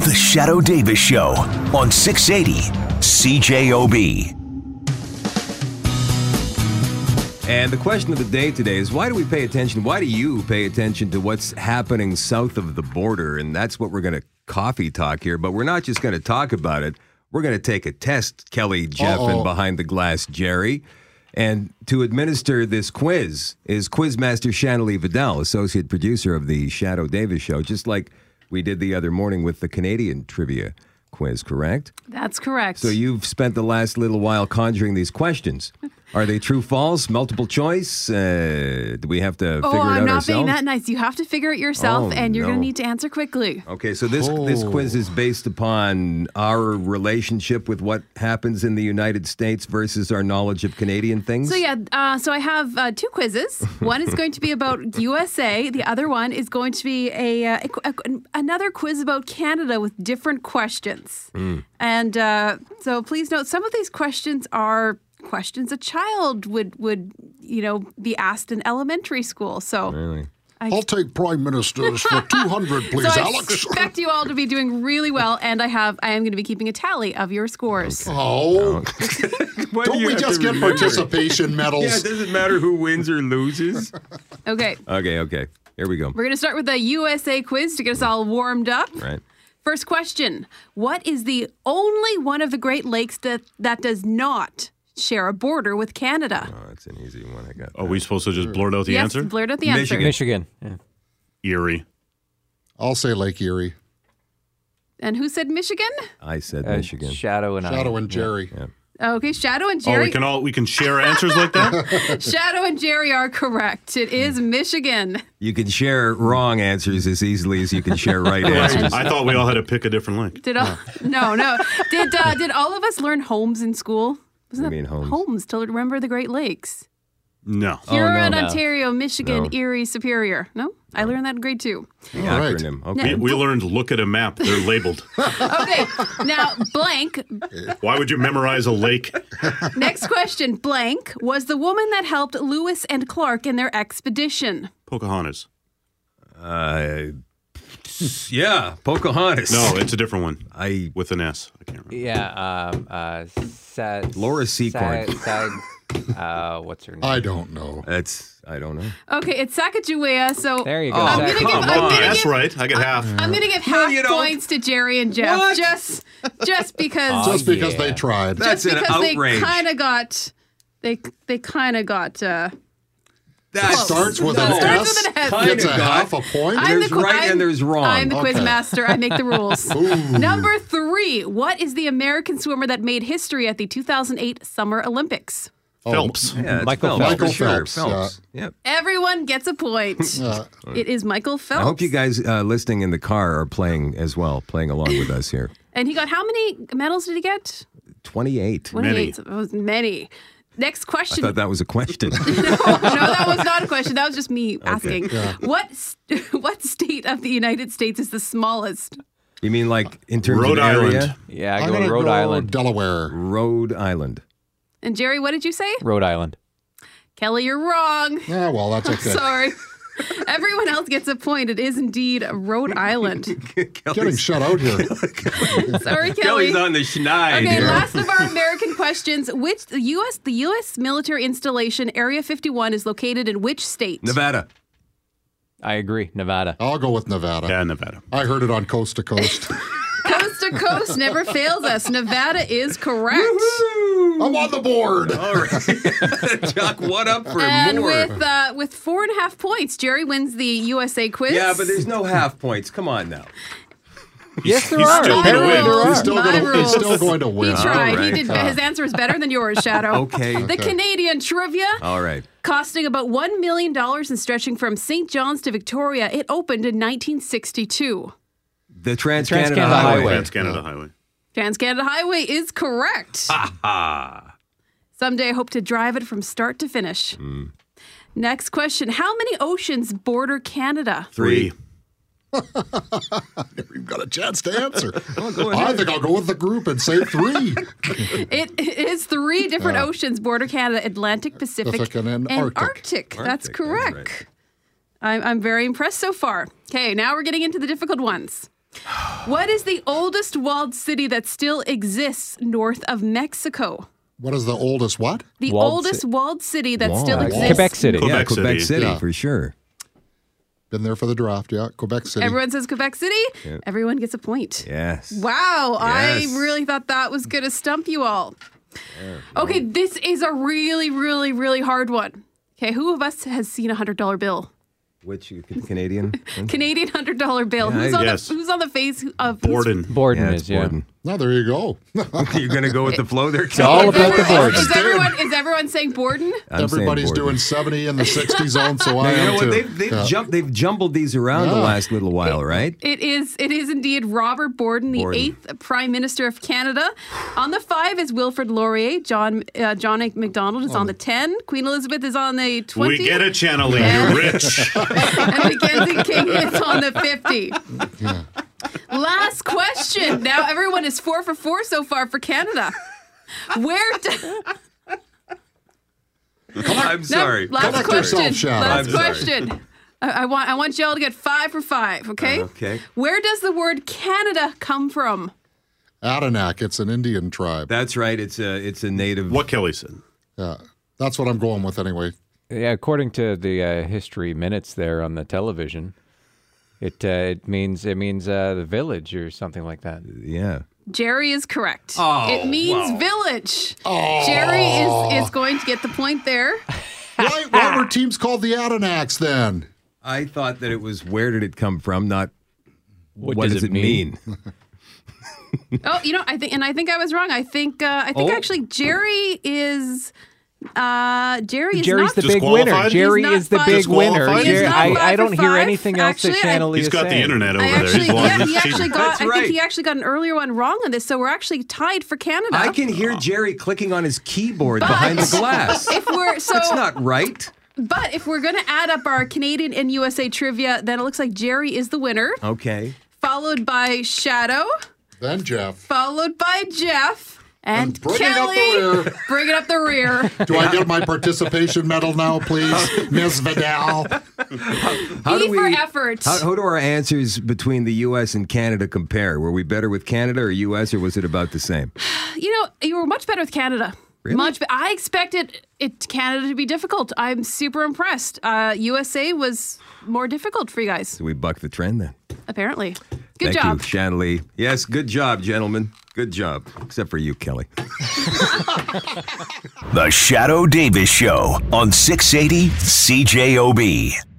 The Shadow Davis Show on 680 CJOB. And the question of the day today is why do we pay attention? Why do you pay attention to what's happening south of the border? And that's what we're going to coffee talk here, but we're not just going to talk about it. We're going to take a test, Kelly, Jeff, and behind the glass, Jerry. And to administer this quiz is Quizmaster Shanley Vidal, associate producer of the Shadow Davis Show, just like we did the other morning with the Canadian trivia quiz, correct? That's correct. So you've spent the last little while conjuring these questions. Are they true, false, multiple choice? Uh, do we have to oh, figure it I'm out not ourselves? being that nice. You have to figure it yourself, Oh, and you're no. going to need to answer quickly. Okay, so this this quiz is based upon our relationship with what happens in the United States versus our knowledge of Canadian things. So yeah, uh, so I have uh, two quizzes. One is going to be about USA. The other one is going to be a, uh, a- a- another quiz about Canada with different questions. Mm. And uh, so please note, some of these questions are questions a child would would you know be asked in elementary school. So. I'll take prime ministers for 200, please, So I Alex. expect you all to be doing really well, and I have I am going to be keeping a tally of your scores. Oh, Why do don't you we have to just get remember? participation Yeah, it medals? doesn't matter who wins or loses. Okay, okay, okay, here we go. we're going to start with a USA quiz to get us all warmed up. Right. First question What is the only one of the Great Lakes that, that does not share a border with Canada? Oh, that's an easy one. I got. Are we supposed to just blurt out the yes, answer? blurt out the answer. Michigan. Michigan. Yeah. Erie. I'll say Lake Erie. And who said Michigan? I said Uh, Michigan. Shadow and I. Shadow and Jerry. Okay, Shadow and Oh, Jerry. we can all we can share answers like that. Shadow and Jerry are correct. It is Michigan. You can share wrong answers as easily as you can share right answers. I thought we all had to pick a different link. Did all? No, no. Did uh, did all of us learn Holmes in school? Wasn't What do you that mean, Holmes? to remember the Great Lakes? No. Huron, no. Ontario, Michigan, No. Erie, Superior. No? I learned that in grade two. The All right. acronym. We, Okay. we learned look at a map. They're labeled. Okay, now blank. Why would you memorize a lake? Next question. Blank was the woman that helped Lewis and Clark in their expedition. Pocahontas. Uh, yeah, Pocahontas. No, it's a different one I with an S. I can't remember. Yeah. Um, uh, sa- Laura sa- Secord. sa- uh, what's her name? I don't know. that's I don't know. Okay, it's Sacagawea, so there you go. Oh, I'm gonna Sac- give- Come I'm on, gonna that's give- right. I get half. I'm gonna give half you don't. points to Jerry and Jeff What? just just because Oh, Just because yeah. they tried. That's just an because outrage. they kinda got they they kinda got uh That Close. Starts with No. an Starts S. with an S. Gets a Kinda got- half a point. I'm There's the, qu- right I'm- and there's wrong. I'm the Okay. quiz master. I make the rules. Number three. What is the American swimmer that made history at the 2008 Summer Olympics? Phelps. Yeah, it's Michael Oh, Phelps. Phelps. for sure. Phelps, Phelps. Yep. Everyone gets a point. Uh, it is Michael Phelps. Oh, I hope you guys uh, listening in the car are playing as well, playing along with us here. And he got how many medals did he get? 28. I 28. That was many. Next question. thought that was a question. no, that was not a question. That was just me asking. What st- what state of the United States is the smallest? you mean like in terms Rhode of area? Island. yeah, I I'm go going to Rhode go Island. Delaware. Rhode Island. And Jerry, what did you say? Rhode Island. Kelly, you're wrong. Yeah, well, that's okay. Sorry. Everyone else gets a point. It is indeed Rhode Island. Getting shut out here. Sorry, Kelly. the schneid. Okay, last of our American questions. Which the U.S. the U.S. military installation Area 51 is located in which state? Nevada. I agree. Nevada. I'll go with Nevada. Yeah, Nevada. I heard it on coast to coast. Coast to coast never fails us. Nevada is correct. I'm on the board. All right. Chuck, what up for And more? with uh, with four and a half points, Jerry wins the USA quiz. yeah, but there's no half points. Come on now. Yes, there he's are. still My gonna win. rules, He's still my gonna- he's still rules. going to win. He tried. All He right. did. His answer was better than yours, Shadow. Okay. Uh. The Canadian trivia. All right. Costing about $1 million and stretching from St. John's to Victoria, it opened in 1962. The Trans Canada Trans-Canada Highway. Highway. Trans Canada Highway. Trans Canada Highway is correct. Someday I hope to drive it from start to finish. Next question How many oceans border Canada? Three. You've got a chance to answer. I think I'll go with the group and say three. It is three different oceans border Canada Atlantic, Pacific, Pacific and then and Arctic. Arctic. That's Arctic, that's correct. right. I'm, I'm very impressed so far. Okay, now we're getting into the difficult ones. What is the oldest walled city that still exists north of Mexico? What is the oldest what? The Walled oldest ci- walled city that still Walled. exists. Quebec City. Quebec yeah, Quebec City, City. Yeah. for sure. Been there for the draft, yeah. Quebec City. Everyone says Quebec City. Everyone gets a point. Yes. Wow, Yes. I really thought that was going to stump you all. Okay, this is a really, really, really hard one. Okay, who of us has seen a hundred dollar bill? Which Canadian? Canadian hundred dollar bill. who's I- on yes. the Who's on the face of who's- Borden. Borden yeah, it's is, yeah. Borden. No, there you go. You're going to go with the flow there, Kelly? Is all about the everyone- board. Is everyone is everyone saying Borden? I'm saying Everybody's Borden. doing 70 in the 60 zone, so I You am know what? too. They've, they've, Yeah. jumped, they've jumbled these around the Yeah. last little while, right? It is. It is indeed Robert Borden, the Borden. eighth Prime Minister of Canada. On the five is Wilfrid Laurier. John uh, John MacDonald Oh is on the ten. Queen Elizabeth is on the twenty. We get it, Channeling. Yeah. You're rich. and Mackenzie King is on the 50. Last question. Now everyone is four for four so far for Canada. Where? Do, I'm sorry. No, last Collect question. yourself, Shannon. last I'm sorry. question. I, I want I want y'all to get five for five. Okay. Uh, Okay. Where does the word Canada come from? Adinak, it's an Indian tribe. That's right. It's a it's a native. What Kelly said. yeah. That's what I'm going with anyway. Yeah, according to the uh, history minutes there on the television, it uh, it means it means uh, the village or something like that. Yeah. Jerry is correct. Oh, it means village. Jerry is Oh. is going to get the point there. Why, why were teams called the Adirondacks then? I thought that it was where did it come from, not what, does, it mean? Oh, you know, I think, and I think I was wrong. I think, uh, I think Oh. actually, Jerry is, uh, Jerry is Jerry's not. the big Disqualified? winner. He's Jerry not is the five- big winner. Disqualified? Jerry, He's I, not I five don't for hear five. anything else Actually, I- that Channelie He's is got the saying. internet over I there. actually, He's lost yeah, his he actually cheating. got. That's I right. think he actually got an earlier one wrong on this, so we're actually tied for Canada. I can hear Jerry clicking on his keyboard behind the glass. if we're so, That's not right. but if we're gonna add up our Canadian and USA trivia, then it looks like Jerry is the winner, Oh. Okay. followed by Shadow, Then Jeff. followed by Jeff, and, And bringing up the Kelly. rear. Bringing up the rear. Do I get my participation medal now, please, Ms. Vidal? How E do we? for effort. How, how do our answers between the U.S. and Canada compare? Were we better with Canada or U.S. or was it about the same? You know, you were much better with Canada. Much. Be- I expected it Canada to be difficult. I'm super impressed. Uh, USA was more difficult for you guys, So we bucked the trend then. apparently. Thank Good job. you, Shanley. Yes, good job, gentlemen. Good job, except for you, Kelly. The Shadow Davis Show on 680 CJOB.